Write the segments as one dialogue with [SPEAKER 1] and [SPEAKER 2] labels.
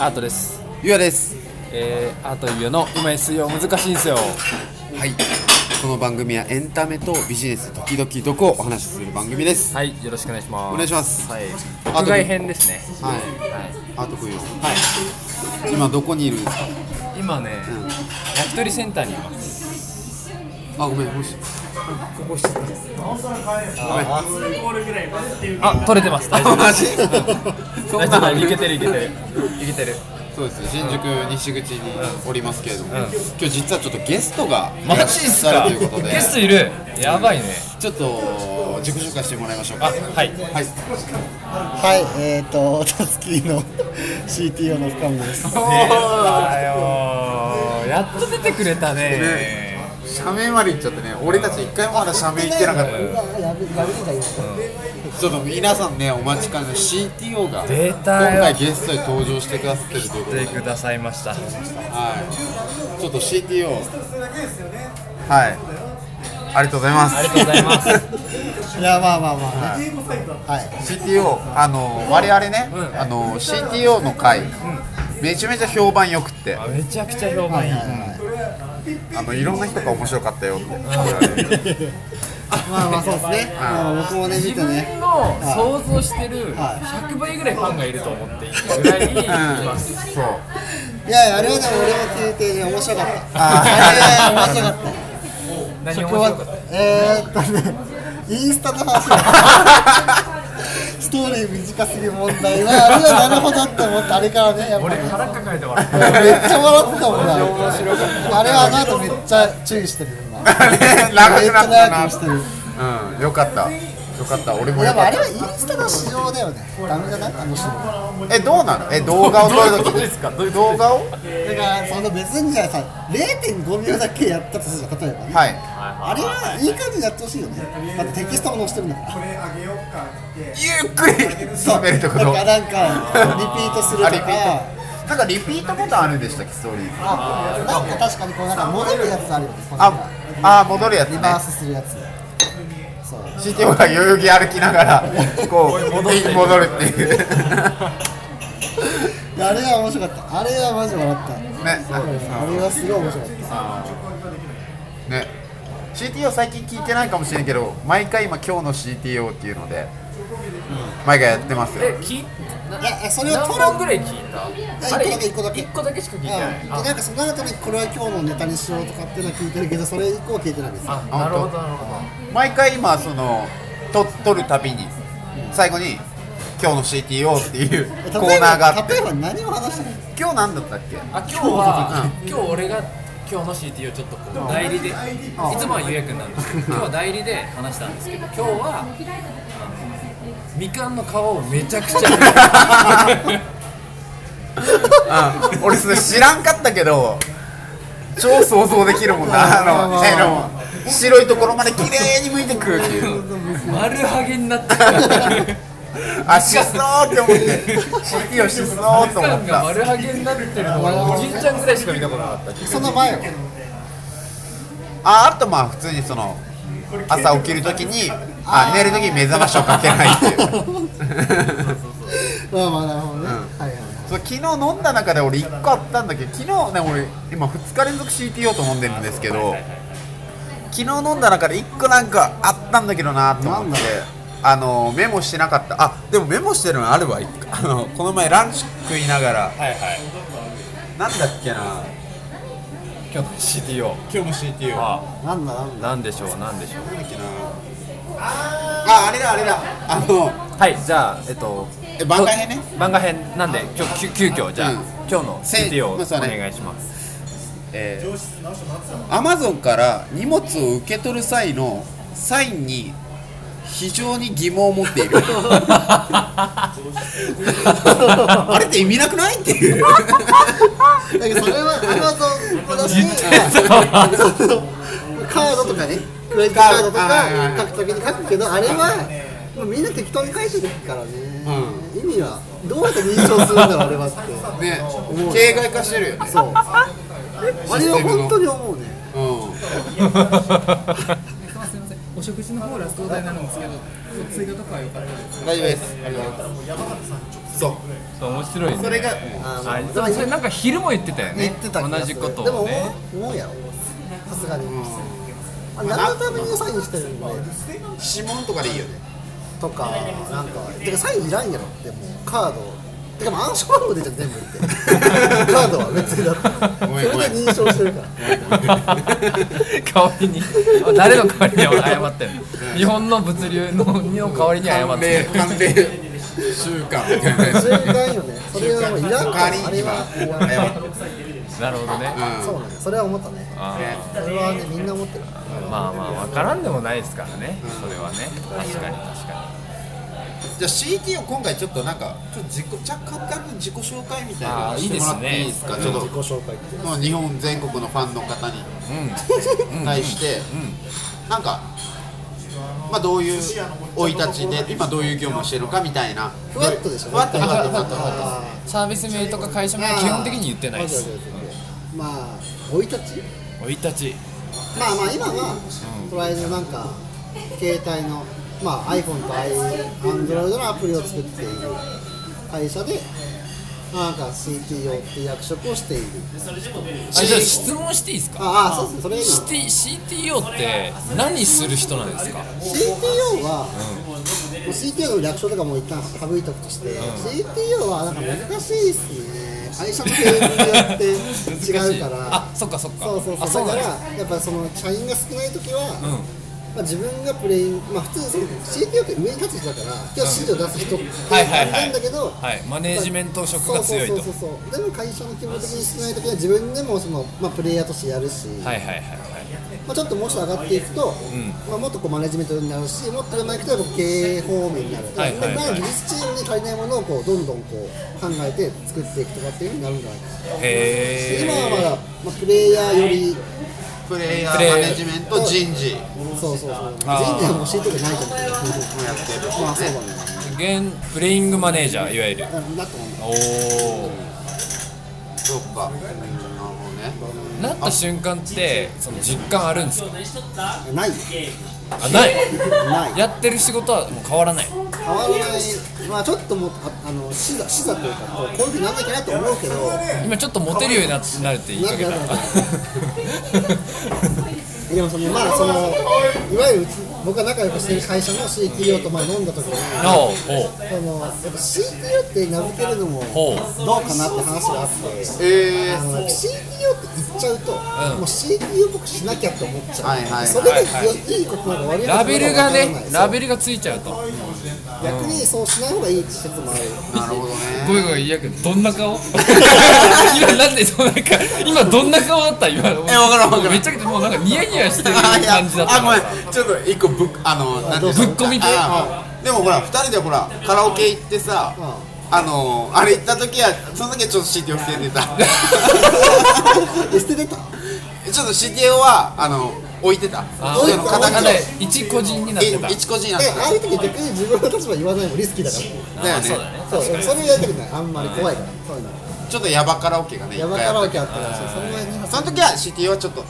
[SPEAKER 1] アートです、
[SPEAKER 2] ゆうやです
[SPEAKER 1] えー、アートゆうの今水曜難しいんですよ
[SPEAKER 2] はいこの番組はエンタメとビジネス時々どこをお話しする番組です
[SPEAKER 1] はいよろしくお願いします
[SPEAKER 2] お願いします
[SPEAKER 1] はい
[SPEAKER 2] あと
[SPEAKER 1] 屋外編ですね
[SPEAKER 2] はい
[SPEAKER 1] は
[SPEAKER 2] アートくんよはい今どこにいるんですか
[SPEAKER 1] い今ね、
[SPEAKER 2] ん
[SPEAKER 1] 焼き鳥センターにいます
[SPEAKER 2] あごめんもし
[SPEAKER 1] あ取れてます大丈
[SPEAKER 2] あ
[SPEAKER 1] 夫
[SPEAKER 2] マジそ
[SPEAKER 1] 大
[SPEAKER 2] ん
[SPEAKER 1] 丈夫
[SPEAKER 2] な
[SPEAKER 1] 大丈夫いけてるいけてるいけてる
[SPEAKER 2] そうですね新宿西口におりますけれども、今日実はちょっとゲストが
[SPEAKER 1] マジっす
[SPEAKER 2] いら
[SPEAKER 1] か
[SPEAKER 2] っしゃるということで
[SPEAKER 1] ゲストいるやばいね
[SPEAKER 2] ちょっと自己紹介してもらいましょうか
[SPEAKER 1] あはい
[SPEAKER 2] はい
[SPEAKER 3] はい、えっ、ー、と、タスキーの CTO の深 見です。
[SPEAKER 1] およやっと出てくれたね
[SPEAKER 2] 社名まで行っちゃってね俺たち一回もまだ社名行ってなかった
[SPEAKER 3] うわやべ、やべえんだよ。
[SPEAKER 2] ちょっと皆さんね、お待ちかねの CTO が
[SPEAKER 1] 出
[SPEAKER 2] 今
[SPEAKER 1] たよ
[SPEAKER 2] 回ゲストに登場してくださってるということ
[SPEAKER 1] 出
[SPEAKER 2] で、
[SPEAKER 1] てくださいました
[SPEAKER 2] はい、ちょっと CTO、はい、ありがとうございます。
[SPEAKER 1] ありがとうございます
[SPEAKER 3] いや、まあまあまあ、ね。はい。
[SPEAKER 2] CTO、あの我々ね、あの CTO の会、めちゃめちゃ評判良くって、
[SPEAKER 1] あめちゃくちゃ評判いい
[SPEAKER 2] あのいろんな人が面白かったよって 言われて、
[SPEAKER 3] まあまあ、そうですね。まあ、僕もね、
[SPEAKER 1] 自
[SPEAKER 3] 見て
[SPEAKER 1] 分
[SPEAKER 3] ね。
[SPEAKER 1] の想像してる
[SPEAKER 3] はい
[SPEAKER 1] 100倍ぐらいファンがいると思っていいぐらいいます、
[SPEAKER 2] うん、そう。
[SPEAKER 3] いやいや、あれはね、俺も聞いて、ね、面白かった。
[SPEAKER 2] あ
[SPEAKER 3] あれ面白かった。
[SPEAKER 1] 何面
[SPEAKER 3] 今日
[SPEAKER 1] 白かった
[SPEAKER 3] は、えー、っとね、インスタの話だ ストーリー短すぎる問題は、あれはなるほどって思って、あれからね、やっぱ
[SPEAKER 1] 俺
[SPEAKER 3] り。
[SPEAKER 1] 腹抱えて笑っ
[SPEAKER 3] めっちゃ笑ってたもんね。
[SPEAKER 1] 面白かった
[SPEAKER 3] あれはあの後めっちゃ注意してるよ 今。
[SPEAKER 2] あれ長くなっ
[SPEAKER 3] め
[SPEAKER 2] た
[SPEAKER 3] っちゃ長
[SPEAKER 2] な
[SPEAKER 3] くしてる。
[SPEAKER 2] うん、よかった。よかった、俺も
[SPEAKER 3] や
[SPEAKER 2] よ
[SPEAKER 3] っぱ
[SPEAKER 2] か
[SPEAKER 3] あ
[SPEAKER 2] っ
[SPEAKER 3] れ
[SPEAKER 2] た。
[SPEAKER 3] はインスタの市場だよね。ダメじゃないあの市場。
[SPEAKER 2] え、どうなのえ、動画を撮る
[SPEAKER 1] どういうこと
[SPEAKER 2] と
[SPEAKER 1] ですかどういう
[SPEAKER 2] き動画を
[SPEAKER 3] だからその別にじゃあさ、0.5秒だけやったとするじゃん例えばね。
[SPEAKER 2] はい。
[SPEAKER 3] あれはいい感じにやってほしいよね。だってテキストも載せてるんだから。
[SPEAKER 2] ゆっくり進めるところ
[SPEAKER 3] だからなんかリピートすると
[SPEAKER 2] あリピー
[SPEAKER 3] か。
[SPEAKER 2] なんかリピートボタンあるんでしたっけストーリー
[SPEAKER 3] あ、なんか確かにこうなんか戻るやつあるよね。このなんか
[SPEAKER 2] ああー戻るやつ
[SPEAKER 3] リ
[SPEAKER 2] ね
[SPEAKER 3] バースするやつ。そう。
[SPEAKER 2] CTO が代々木歩きながらこう
[SPEAKER 1] 戻って
[SPEAKER 2] 戻るっていうね
[SPEAKER 3] あれは面白かった。あれはマジ笑った。あれはすごい面白かった。
[SPEAKER 2] ね CTO 最近聞いてないかもしれんけど毎回今今日の CTO っていうので毎回やってますよ
[SPEAKER 1] え聞い
[SPEAKER 3] いやいやそれを
[SPEAKER 1] 何
[SPEAKER 3] 取
[SPEAKER 1] 本
[SPEAKER 3] ろ
[SPEAKER 1] ぐらい聞いたあれ
[SPEAKER 3] 一個だけ
[SPEAKER 1] 一個だけしか聞いてない、
[SPEAKER 3] うん、
[SPEAKER 1] あ
[SPEAKER 3] なんかその後にこれは今日のネタにしようとかっていうのは聞いてるけどそれ以降は聞いてないですよ
[SPEAKER 1] あなるほどなるほど
[SPEAKER 2] 毎回今そのと撮るたびに最後に今日の CTO っていう
[SPEAKER 3] え例えば
[SPEAKER 2] コーナーがあって
[SPEAKER 3] 例えば何を話したの
[SPEAKER 2] 今日何だったっけ
[SPEAKER 1] あ今日は今日俺が今日の CTO ちょっとこう代理でいつもはゆうやくんなんですけど今日は代理で話したんですけど今日はあのみかんの皮をめちゃくち ゃ
[SPEAKER 2] うん俺それ知らんかったけど超想像できるもんなあの絵の白いところまで綺麗に向いてくるっていう
[SPEAKER 1] 丸ハゲになってた
[SPEAKER 2] あしそうって思って CT をしそう
[SPEAKER 1] み
[SPEAKER 2] と思
[SPEAKER 1] かん
[SPEAKER 2] っ
[SPEAKER 1] が
[SPEAKER 2] た
[SPEAKER 1] 丸ハゲになってるのをおじいちゃんぐらいしか見たことなかった
[SPEAKER 3] その前は
[SPEAKER 2] ああとまあ普通にその朝起きるときにあ寝るときに目覚ましをかけないっていう
[SPEAKER 3] まあまあなるほどね、はいはい
[SPEAKER 2] そう昨日飲んだ中で俺1個あったんだけど昨日ね俺今2日連続 CTO と飲んでるんですけど昨日飲んだ中で1個なんかあったんだけどなと思ってあのメモしてなかったあでもメモしてるのあるわ一個あのこの前ランチ食いながら
[SPEAKER 1] はいはい
[SPEAKER 2] なんだっけな
[SPEAKER 1] 今日の CTO
[SPEAKER 2] 今日も CTO あ
[SPEAKER 1] あ
[SPEAKER 3] はいなんだなんだ
[SPEAKER 1] なんでしょうなんでしょう
[SPEAKER 2] なんだっけなああれだあれだあの
[SPEAKER 1] はいじゃあえっと
[SPEAKER 2] え番外編ね
[SPEAKER 1] 漫画編なんで今日急急遽じゃあ、
[SPEAKER 2] うん
[SPEAKER 1] 今日の
[SPEAKER 2] せ
[SPEAKER 1] CTO をお
[SPEAKER 2] まあそうね
[SPEAKER 1] 願いし ます、
[SPEAKER 2] えアマゾンから荷物を受け取る際のサインに非常に疑問を持っているあれって意味なくないっていう
[SPEAKER 3] だけどそれは Amazon プラス
[SPEAKER 1] 言って
[SPEAKER 3] カードとかねクレジットカードと
[SPEAKER 2] はいは
[SPEAKER 3] か
[SPEAKER 2] い
[SPEAKER 3] 書くときに書くけどあれはもうみんな適当に書いてるからね、意味はどうやって認証するんだろうあれはって
[SPEAKER 2] ね形骸化してるよね
[SPEAKER 3] そうあれは本当に思うね
[SPEAKER 2] うん
[SPEAKER 4] お食事の方ラストオーダーになるんですけど、追加とかはよかった
[SPEAKER 2] 大丈夫ですありがとうございますそう
[SPEAKER 1] そう面白いね
[SPEAKER 2] それが
[SPEAKER 3] あ
[SPEAKER 1] あ
[SPEAKER 3] の
[SPEAKER 1] でもそれなんか昼も言ってたよね
[SPEAKER 3] 言ってた気
[SPEAKER 1] 同
[SPEAKER 3] がす
[SPEAKER 1] じ
[SPEAKER 3] る
[SPEAKER 1] こと
[SPEAKER 3] でも
[SPEAKER 1] を
[SPEAKER 3] 思
[SPEAKER 1] ね
[SPEAKER 3] う思うやろさすがに、あ何のためにサインしてるんで
[SPEAKER 2] 指紋とかでいいよね
[SPEAKER 3] とかなんかてかサインいらんやろってもうカードてかもう暗証番号出ちゃう全部ってカードは別にだって
[SPEAKER 2] ごめんご
[SPEAKER 3] そ
[SPEAKER 2] めん
[SPEAKER 3] れで認証してるから
[SPEAKER 1] 代わりに誰の代わりに謝ってんの日本の物流のの代わりに謝っ
[SPEAKER 2] 慣
[SPEAKER 1] て
[SPEAKER 2] 例
[SPEAKER 1] んの
[SPEAKER 2] 慣例習 慣みたいなや
[SPEAKER 3] そ
[SPEAKER 2] つ
[SPEAKER 3] れいらんよねそれはもういらんから
[SPEAKER 2] 代わ
[SPEAKER 3] あ
[SPEAKER 2] りに
[SPEAKER 3] れ
[SPEAKER 2] 今
[SPEAKER 3] はいらん
[SPEAKER 2] 謝っ
[SPEAKER 1] なるほどね
[SPEAKER 2] う
[SPEAKER 3] そ
[SPEAKER 2] ん
[SPEAKER 3] うなんだそれは思ったね
[SPEAKER 1] あー
[SPEAKER 3] それはねみんな思ってる
[SPEAKER 1] まあまあ分からんでもないですからねそれはね確かに確かに
[SPEAKER 2] じゃあ CT を今回ちょっとなんかちょっと自己若干だけ自己紹介みたいなの
[SPEAKER 1] あー
[SPEAKER 2] してもらっていい
[SPEAKER 1] いい
[SPEAKER 2] で
[SPEAKER 1] ですす
[SPEAKER 2] かちょっと
[SPEAKER 3] 自己紹介って
[SPEAKER 2] この日本全国のファンの方に
[SPEAKER 1] うん
[SPEAKER 2] 対してなんかまあどういう生い立ちで今どういう業務をしてるのかみたいな
[SPEAKER 3] ふわっとでしょ
[SPEAKER 2] ふわっとふわっとふわっとふわっと
[SPEAKER 3] あ
[SPEAKER 1] サービス名とか会社名は基本的に言ってないです
[SPEAKER 3] あーまあ生い立ち
[SPEAKER 1] 生い立ち
[SPEAKER 3] まあまあ今はとりあえずなんか携帯のまあ iPhone と Android のアプリを作っている会社でなんか CTO っていう役職をしている
[SPEAKER 1] あじゃあ質問していいですか
[SPEAKER 3] ああそうですそれ今
[SPEAKER 1] CT CTO って何する人なんですか
[SPEAKER 3] CTO は、もう CTO の略称とかも一旦省いとくとして、CTO はなんか難しいですね会社の経営によって違うか ら
[SPEAKER 1] あそっかそっか
[SPEAKER 3] そうそうそう
[SPEAKER 1] あそうな
[SPEAKER 3] だ
[SPEAKER 1] ん
[SPEAKER 3] か
[SPEAKER 1] で
[SPEAKER 3] ら
[SPEAKER 1] す
[SPEAKER 3] やっぱその社員が少ない時は、
[SPEAKER 1] うん
[SPEAKER 3] まあ、自分がプレインまあ普通そう CTO って上に立つ人だから今日指示を出す人っていう
[SPEAKER 1] はいはいはい
[SPEAKER 3] なんだけど、
[SPEAKER 1] はいマネージメント職が強いと
[SPEAKER 3] そうそうそうそうでも会社の規模的に少ない時は自分でもその、まあ、プレイヤーとしてやるし、
[SPEAKER 1] はいはいはいはい
[SPEAKER 3] まあ、ちょっともうちょっと上がっていくと、まあ、もっとこうマネジメントになるしもっと上手い人はこう経営方面になる、
[SPEAKER 1] はいはいはい
[SPEAKER 3] まあ技術チームに足りないものをこうどんどんこう考えて作っていくとかっていうふうになるんじゃないかな、
[SPEAKER 1] へ
[SPEAKER 3] 今はま
[SPEAKER 1] え
[SPEAKER 3] だ、まあ、プレイヤーより
[SPEAKER 2] プレイヤ
[SPEAKER 1] プ
[SPEAKER 2] ー
[SPEAKER 1] レイヤ
[SPEAKER 2] マ
[SPEAKER 1] ー
[SPEAKER 2] ネジメント人事も
[SPEAKER 3] そうそうそう全然
[SPEAKER 1] あー
[SPEAKER 3] もう教えてないと思うけど
[SPEAKER 2] やってる
[SPEAKER 3] まあそうだね
[SPEAKER 1] 現プレイングマネージャーいわゆる
[SPEAKER 3] あなと思う
[SPEAKER 1] おお
[SPEAKER 2] そっかうんなるほどね
[SPEAKER 1] なった瞬間ってその実感あるんですか
[SPEAKER 3] ないよ
[SPEAKER 1] あない
[SPEAKER 3] ない
[SPEAKER 1] やってる仕事はもう変わらない
[SPEAKER 3] 変わらないまあちょっともああの視座視座というかこうこういうふうになんなきゃなと思うけど
[SPEAKER 1] 今ちょっとモテるようにななるって言いかけた
[SPEAKER 3] なるな るでもそのまあそのいわゆるうち僕が仲良くしてる会社の CTO とまあ飲んだ時に
[SPEAKER 1] おうおう
[SPEAKER 3] そのやっぱ CTO って名付けるのもど
[SPEAKER 1] ほ
[SPEAKER 3] う
[SPEAKER 1] う
[SPEAKER 3] かなって話があって
[SPEAKER 2] え
[SPEAKER 3] あ
[SPEAKER 2] ー
[SPEAKER 3] の CTO って言っちゃうと、もう CTO っぽくしなきゃって思っちゃう、
[SPEAKER 2] はいはいはい
[SPEAKER 3] それでよいいことなのか悪いことなの
[SPEAKER 1] ラ
[SPEAKER 3] か
[SPEAKER 1] ベルが
[SPEAKER 3] わから
[SPEAKER 1] ね
[SPEAKER 3] ない
[SPEAKER 1] ラベルがついちゃうと
[SPEAKER 3] 逆にそうしない方がいいって説もある
[SPEAKER 2] なるほどね
[SPEAKER 1] ごめんごめんいやどんな顔 今なんでそのなんか今どんな顔だった今え分
[SPEAKER 2] わからんわからん
[SPEAKER 1] めちゃくちゃもうなんかニヤニヤしてる
[SPEAKER 2] あいや
[SPEAKER 1] 感じだった
[SPEAKER 2] あご
[SPEAKER 1] か
[SPEAKER 2] め
[SPEAKER 1] ら
[SPEAKER 2] んちょっと一個ぶっあのなんていうの
[SPEAKER 1] ぶっ込み系
[SPEAKER 2] あでもほら二人でほらカラオケ行ってさあのあれ行った時はその時はちょっと CTO 捨ててた
[SPEAKER 3] え捨ててた
[SPEAKER 2] ちょっと CTO はあの置いてた
[SPEAKER 1] あ
[SPEAKER 2] 置いて
[SPEAKER 1] ー
[SPEAKER 2] た
[SPEAKER 1] カタカナ
[SPEAKER 2] い
[SPEAKER 1] 一個人になってた
[SPEAKER 2] 一個人になっ
[SPEAKER 3] え
[SPEAKER 2] て
[SPEAKER 3] ああいう時逆に自分の立場言わないもリスキーだか
[SPEAKER 2] ただよね
[SPEAKER 3] らそうそれやりたくないあんまり怖いからそういうの
[SPEAKER 2] ちょっとヤバカラオケがね一
[SPEAKER 3] やば
[SPEAKER 2] 回
[SPEAKER 3] カラ
[SPEAKER 2] あ
[SPEAKER 3] オ
[SPEAKER 2] っ
[SPEAKER 3] ケあったからそうその前に
[SPEAKER 2] たその時は CTO はちょっと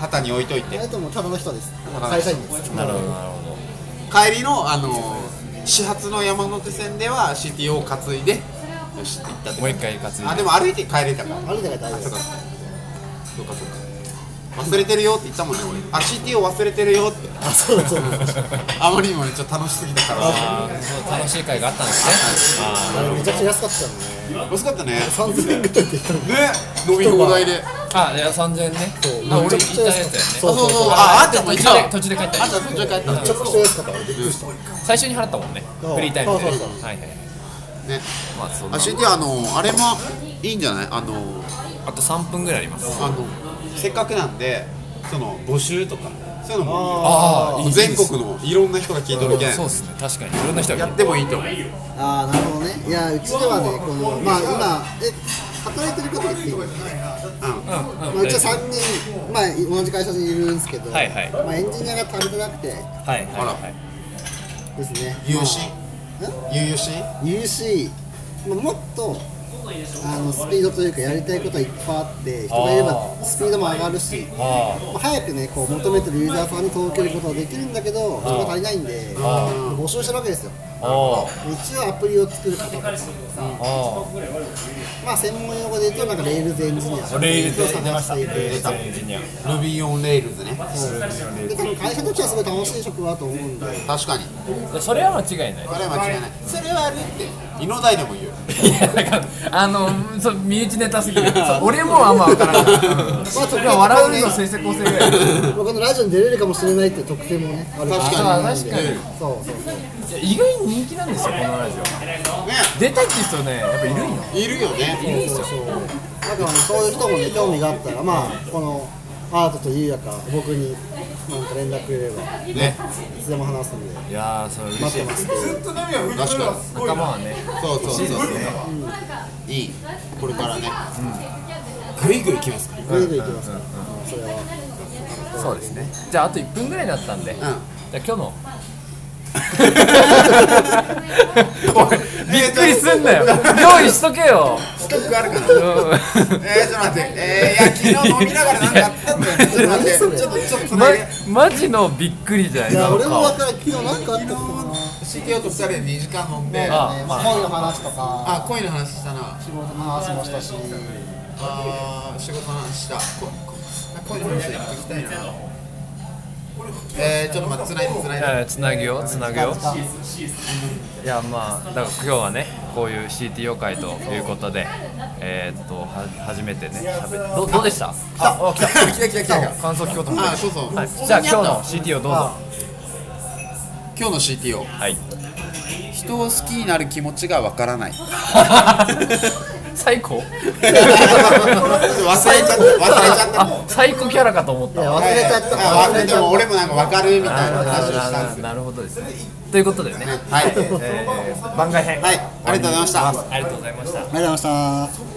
[SPEAKER 2] 旗に置いといて
[SPEAKER 3] あれともただの人です会社員です
[SPEAKER 1] なるほどなるほ
[SPEAKER 2] 帰りのあの始発の山手線では CTO を担いでよしって行ったって
[SPEAKER 1] どもう一回担いで
[SPEAKER 2] あでも歩いて帰れたから
[SPEAKER 3] あれだから大
[SPEAKER 2] そ
[SPEAKER 3] 丈
[SPEAKER 2] う
[SPEAKER 3] 夫
[SPEAKER 2] かそうかそうか忘れてるよって言ったもんね俺あ CTO 忘れてるよって
[SPEAKER 3] あそうだそうだ
[SPEAKER 2] あまりにもねちょっと楽しすぎたから
[SPEAKER 1] あーそう楽しい会があったんですね
[SPEAKER 3] あれめちゃくちゃ安かった
[SPEAKER 2] 惜しかったねね
[SPEAKER 3] のね3000円ぐらいで
[SPEAKER 2] 飲み放題で
[SPEAKER 1] あいや3000円ねあ俺行ったやつだよね
[SPEAKER 3] そう
[SPEAKER 2] そうそう
[SPEAKER 1] あ
[SPEAKER 2] ああ
[SPEAKER 1] あ
[SPEAKER 2] っちゃんも
[SPEAKER 1] 途
[SPEAKER 2] い
[SPEAKER 1] 中
[SPEAKER 2] たわ
[SPEAKER 1] で途中で帰ったり
[SPEAKER 2] あっちゃん途中で帰った
[SPEAKER 3] めちゃくちゃ安かったあれびっくりした
[SPEAKER 1] 最初に払ったもんね
[SPEAKER 3] そう
[SPEAKER 1] フリータイムで
[SPEAKER 3] そう
[SPEAKER 1] ね
[SPEAKER 3] そうそう
[SPEAKER 1] はいはい
[SPEAKER 2] ね
[SPEAKER 1] まあそん
[SPEAKER 2] あ
[SPEAKER 1] な
[SPEAKER 2] CTO あのあれもいいんじゃないあの
[SPEAKER 1] あと3分ぐらいあります
[SPEAKER 2] あのせっかくなんでその募集とかそういうのも
[SPEAKER 1] あ
[SPEAKER 2] もう全国のいろんな人が聞いてるけん
[SPEAKER 1] そうですね確かにいろんな人が
[SPEAKER 2] やってもいいと思う
[SPEAKER 3] ああなるほどねいやうちではねこのまあ今え働いてること言っていいの
[SPEAKER 1] うん
[SPEAKER 3] まあ、うちは3人、まあ、同じ会社にいるんですけど、
[SPEAKER 1] はいはい
[SPEAKER 3] まあ、エンジニアが足りてなくて
[SPEAKER 1] はいはい
[SPEAKER 2] あ
[SPEAKER 1] はい
[SPEAKER 3] ですね、
[SPEAKER 2] 有志
[SPEAKER 3] まあ
[SPEAKER 2] 有志
[SPEAKER 3] ん UC、まあ、もっとあのスピードというかやりたいことはいっぱいあって人がいればスピードも上がるし
[SPEAKER 1] あ
[SPEAKER 3] まあ早くねこう求めてるユーザーさんに届けることはできるんだけど人が足りないんで
[SPEAKER 1] あ
[SPEAKER 3] 募集してるわけですよ
[SPEAKER 1] ああ
[SPEAKER 3] 一応アプリを作る方とか
[SPEAKER 1] ああ
[SPEAKER 3] まあ専門用語で言うとなんかレールズエンジニア
[SPEAKER 2] レールズ
[SPEAKER 3] を探していて
[SPEAKER 2] 出た Ruby on Rails ね
[SPEAKER 3] で多分会社としてはすごい楽しい職場だと思うんで
[SPEAKER 2] 確かに
[SPEAKER 1] あそれは間違いない
[SPEAKER 2] あれは間違いないそれはあれって二の代でも言う
[SPEAKER 1] いやだからあのそう身内ネタすぎるそう俺もあんま分からない
[SPEAKER 3] まあ、特
[SPEAKER 1] いや笑うの成績構成ぐらい
[SPEAKER 3] 僕のラジオに出れるかもしれないって特典もねある
[SPEAKER 2] 確
[SPEAKER 1] あ
[SPEAKER 2] かに
[SPEAKER 1] 確かに
[SPEAKER 2] ね
[SPEAKER 3] そうそうそう
[SPEAKER 1] いや意外に人気なんですよこのラジオ出たいって人ねやっぱいるんよ
[SPEAKER 2] いるよね
[SPEAKER 3] そうそうだからねそういう人もね興味があったらまあこのアートとゆうやか僕になんか連絡くれればい
[SPEAKER 2] ね
[SPEAKER 3] つでも話すんで
[SPEAKER 1] いやーそれ嬉
[SPEAKER 3] 待ってますっていう
[SPEAKER 2] 確かに
[SPEAKER 1] 仲間はね
[SPEAKER 2] そうそうそうそういいこれからねグイグイきますか
[SPEAKER 3] ぐいぐい行きますからそれは
[SPEAKER 1] そうですねじゃああと1分ぐらいになったんで、じゃあ今日の おいびっくりすんなよ用意しとけよ、
[SPEAKER 2] ストックあるかな
[SPEAKER 1] う
[SPEAKER 2] えー、ちょっと待ってえー、いや昨日飲みながらなんかあったん だよねちょっと待ってちょっとちょっと
[SPEAKER 1] ん
[SPEAKER 2] つ
[SPEAKER 1] ま
[SPEAKER 2] ないで、
[SPEAKER 1] マジのびっくりじゃない
[SPEAKER 3] いや
[SPEAKER 1] なん
[SPEAKER 3] 俺も
[SPEAKER 1] か
[SPEAKER 3] だから昨日なんかあったかな
[SPEAKER 2] CTO と2人で2時間飲んであ
[SPEAKER 1] あまあ
[SPEAKER 3] 本の話とか
[SPEAKER 2] 恋の話したな
[SPEAKER 3] 仕事の話もしたし
[SPEAKER 2] あー仕事の話したここ恋の話聞きたいなえー、ちょっと待ってつないでつない
[SPEAKER 1] い
[SPEAKER 2] で
[SPEAKER 1] やつなぐよつなぐよいやまあだから今日はねこういう CTO 会ということでえー、っとは初めてね喋っどどうでしたああ来た
[SPEAKER 2] 来た来た来た来
[SPEAKER 1] 感想聞こうと思って
[SPEAKER 2] あそうそう
[SPEAKER 1] はい、じゃあ今日の CTO どうぞ
[SPEAKER 2] た今日の CTO
[SPEAKER 1] はい
[SPEAKER 2] 人を好きになる気持ちがわからない
[SPEAKER 1] 最高
[SPEAKER 2] 忘れちゃった忘れちゃったもう
[SPEAKER 1] あ最高キャラかと思った
[SPEAKER 3] いや忘れちゃった
[SPEAKER 2] あ忘れても俺もなんかわかるみたいな話をしたんですよ
[SPEAKER 1] なるほどですねということでね、
[SPEAKER 2] はい
[SPEAKER 1] えー番外編
[SPEAKER 2] はいありがとうございました
[SPEAKER 1] ありがとうございました
[SPEAKER 3] ありがとうございました